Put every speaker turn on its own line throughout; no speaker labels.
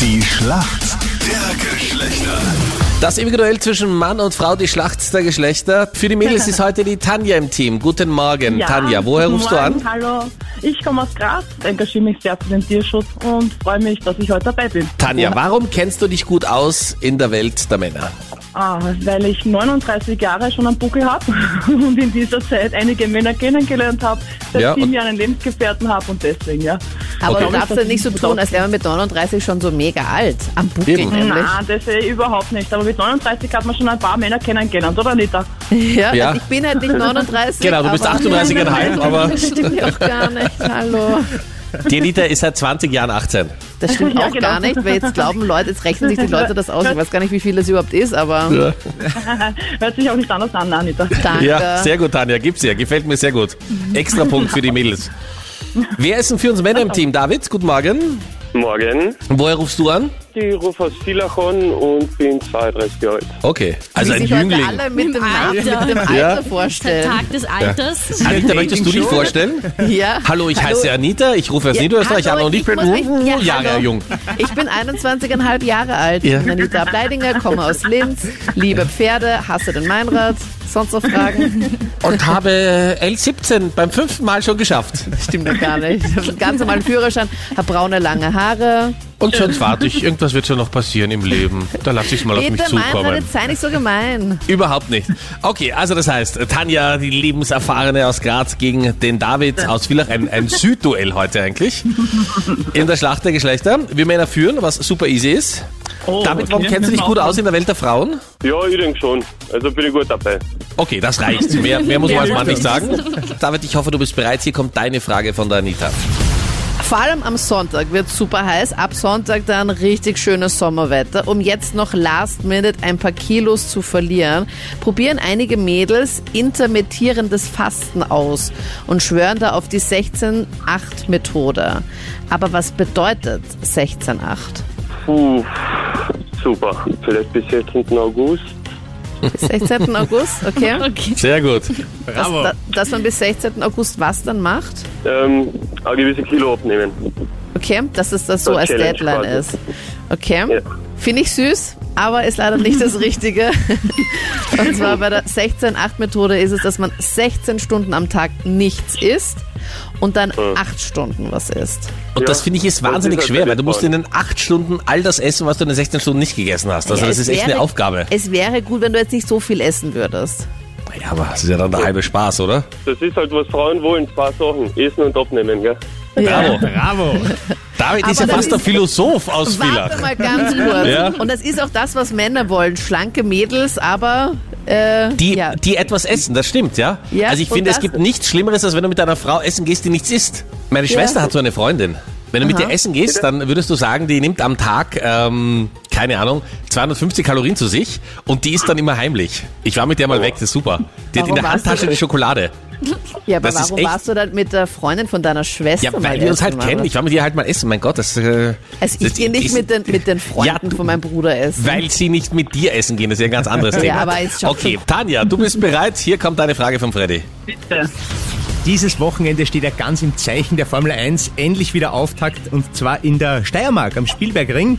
Die Schlacht der Geschlechter.
Das ewige Duell zwischen Mann und Frau, die Schlacht der Geschlechter. Für die Mädels ist heute die Tanja im Team. Guten Morgen,
Ja,
Tanja. Woher
guten
rufst
Morgen,
du an?
Hallo, ich komme aus Graz, engagiere mich sehr für den Tierschutz und freue mich, dass ich heute dabei bin.
Tanja, warum kennst du dich gut aus in der Welt der Männer?
Ah, weil ich 39 Jahre schon am Buckel habe und in dieser Zeit einige Männer kennengelernt habe, seit
Ja, und-
sieben Jahren einen Lebensgefährten habe und deswegen, ja.
Aber
Okay.
du darfst ja nicht so tun, als wäre man mit 39 schon so mega alt. Am Buckel
Eben.
nämlich.
Nein, das eh überhaupt nicht. Aber mit 39 hat man schon ein paar Männer kennengelernt, oder Anita?
Ja,
Ja.
Also ich bin halt nicht 39.
Genau, du bist
aber-
38,5, aber-
Das stimmt ja auch gar nicht. Hallo.
Die Anita ist seit 20 Jahren 18.
Das stimmt
Ja,
auch
genau.
gar nicht, weil jetzt glauben Leute, jetzt rechnen sich die Leute das aus. Ich weiß gar nicht, wie viel das überhaupt ist, aber
Hört sich auch nicht anders an, Anita.
danke.
Ja, sehr gut, Tanja. Gibt's ja. Gefällt mir sehr gut. Extra Punkt für die Mädels. Wer ist denn für uns Männer im Team? David, guten Morgen.
Morgen,
Woher rufst du an?
ich rufe aus Villachon und bin 32 Jahre alt.
Okay,
wie
also ein
sich
Jüngling.
heute alle mit dem, Namen, mit
Alter.
dem Alter
Ja.
vorstellen.
Tag des Alters.
Anita, möchtest du dich vorstellen?
Ja.
Hallo, ich heiße Anita, ich rufe aus
Ja,
Niederösterreich an
hallo,
und ich
ich
bin
muss mich- ja,
Jahre
hallo.
jung.
Ich bin 21,5 Jahre alt.
Ja.
Ich bin Anita Bleidinger, komme aus Linz, liebe Pferde, hasse den Meinrad. Sonst noch Fragen?
und habe L17 beim fünften Mal schon geschafft.
Stimmt doch gar nicht. Ich habe einen ganz normalen Führerschein, habe braune, lange Haare.
Und sonst warte ich, irgendwas wird schon noch passieren im Leben. Da lasse ich mal auf mich
Peter Meinrad,
zukommen.
jetzt sei nicht so gemein.
Überhaupt nicht. Okay, also das heißt, Tanja, die Lebenserfahrene aus Graz gegen den David aus Villach. Ein, ein Südduell heute eigentlich. In der Schlacht der Geschlechter. Wir Männer führen, was super easy ist.
Oh,
David, warum
okay.
kennst du dich gut aus in der Welt der Frauen?
Ja, ich denke schon. Also bin ich gut dabei.
Okay, das reicht. Mehr, mehr muss man als Mann nicht sagen. David, ich hoffe, du bist bereit. Hier kommt deine Frage von der Anita.
Vor allem am Sonntag wird super heiß. Ab Sonntag dann richtig schönes Sommerwetter. Um jetzt noch last minute ein paar Kilos zu verlieren, probieren einige Mädels intermittierendes Fasten aus und schwören da auf die 16-8-Methode. Aber was bedeutet 16-8?
Puh, super. Vielleicht bis 16. August.
Bis 16. August, okay?
Okay.
Sehr gut.
Dass, da- dass man bis 16. August was dann macht?
Ähm, ein gewisse Kilo abnehmen.
Okay, dass es das so
So
als
Challenge
Deadline
quasi.
ist. Okay.
Ja.
Finde ich süß, aber ist leider nicht das Richtige. Und zwar bei der 16-8-Methode ist es, dass man 16 Stunden am Tag nichts isst und dann
Hm.
8 Stunden was isst.
Und
Ja.
das finde ich ist
Das ist
wahnsinnig
halt
schwer, weil du
der
musst in den acht Stunden all das essen, was du in den 16 Stunden nicht gegessen hast. Also
Ja,
das
es
ist echt
wäre-
eine Aufgabe.
Es wäre gut, wenn du jetzt nicht so viel essen würdest.
Ja, aber das ist ja dann der halbe Spaß, oder?
Das ist halt, was Frauen wollen. Zwei Sachen. Essen und abnehmen, gell?
Bravo. Bravo. David ist ja
Aber das
fast der
ist-
Philosoph aus
Warte
Villach.
mal ganz kurz.
Ja.
Und das ist auch das, was Männer wollen. Schlanke Mädels, aber... Äh,
Die,
ja.
die etwas essen, das stimmt, ja?
Ja,
also ich
und
finde, es
das-
gibt nichts Schlimmeres, als wenn du mit deiner Frau essen gehst, die nichts isst. Meine Schwester hat so eine Freundin. Wenn du mit
Aha.
ihr essen gehst, dann würdest du sagen, die nimmt am Tag, ähm, keine Ahnung, 250 Kalorien zu sich und die isst dann immer heimlich. Ich war mit
Oh.
der mal weg, das ist super. Die hat in
Warum
der
warst du
Handtasche die Schokolade.
ja, aber
das ist
warum
echt-
warst du dann mit der Freundin von deiner Schwester?
Ja,
mal
weil wir uns
essen,
halt
Mama?
kennen. Ich war mit ihr halt mal essen, mein Gott. Das, äh,
Also ich
das-
gehe nicht
ist-
mit den, mit den Freunden
du-
von meinem Bruder essen.
Weil sie nicht mit dir essen gehen, das ist ja ein ganz anderes Thema.
aber ist schon-
okay, Tanja, du bist bereit. Hier kommt deine Frage von Freddy.
Bitte.
Dieses Wochenende steht ja ganz im Zeichen der Formel 1 endlich wieder Auftakt und zwar in der Steiermark am Spielbergring.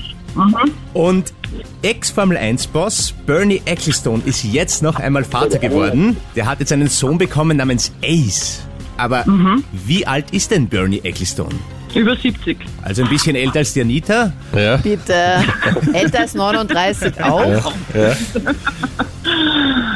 Und Ex-Formel 1-Boss Bernie Ecclestone ist jetzt noch einmal Vater geworden. Der hat jetzt einen Sohn bekommen namens Ace. Aber wie alt ist denn Bernie Ecclestone?
Über 70.
Also ein bisschen älter als die Anita.
Ja.
Bitte. Älter als 39 auch.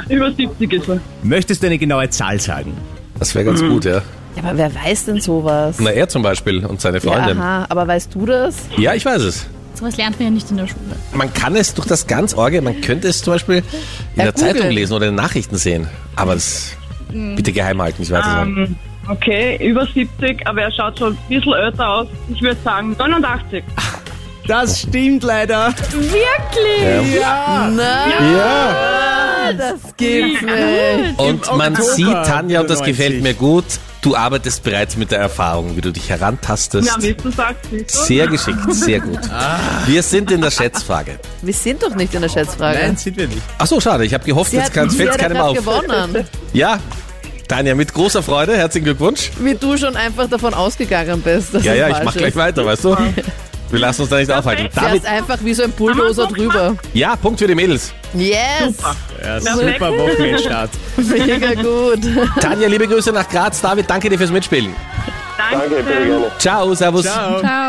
Über 70 ist er.
Möchtest du eine genaue Zahl sagen?
Das wäre
Mhm.
ganz gut, ja.
Ja, aber wer weiß denn sowas?
Na, er zum Beispiel und seine
ja,
Freundin. Ja,
aha, aber weißt du das?
ich weiß es.
Sowas lernt man ja nicht in der Schule.
Man kann es durch das ganz Orgel, man könnte es zum Beispiel in der
googeln. Mhm.
Zeitung lesen oder in den Nachrichten sehen. Aber das bitte geheim halten, ich weiß es nicht.
Ähm, okay, über 70, aber er schaut schon ein bisschen älter aus. Ich würde sagen 89.
Das stimmt leider.
Wirklich?
Ah, das gibt's nicht.
Und man
Oktober
sieht, Tanja, und das
90.
gefällt mir gut, du arbeitest bereits mit der Erfahrung, wie du dich herantastest.
Ja, wie du sagst, siehst du?
Sehr geschickt, sehr gut. Wir sind in der Schätzfrage.
Wir sind doch nicht in der Schätzfrage.
Nein, sind wir nicht.
Ach so, schade, ich habe gehofft,
Sie
jetzt
hat,
kann-
sie
fällt's
hat ja
keinem
grad
auf.
gewonnen,
Ja, Tanja, mit großer Freude, herzlichen Glückwunsch.
wie du schon einfach davon ausgegangen bist. dass
Ja,
es
ja, ich
falsch
mach
ist.
gleich weiter, weißt du? Wir lassen uns da nicht aufhalten.
Fährst
David,
einfach wie so ein Bulldozer
Haben wir einen
drüber.
ja, Punkt für die Mädels.
Yes!
Super.
Ja,
Perfekt.
super Wochenendstart.
Mega gut.
Tanja, liebe Grüße nach Graz. David, danke dir fürs Mitspielen.
Danke,
Danke.
sehr gerne.
Ciao, servus.
Ciao.
Ciao.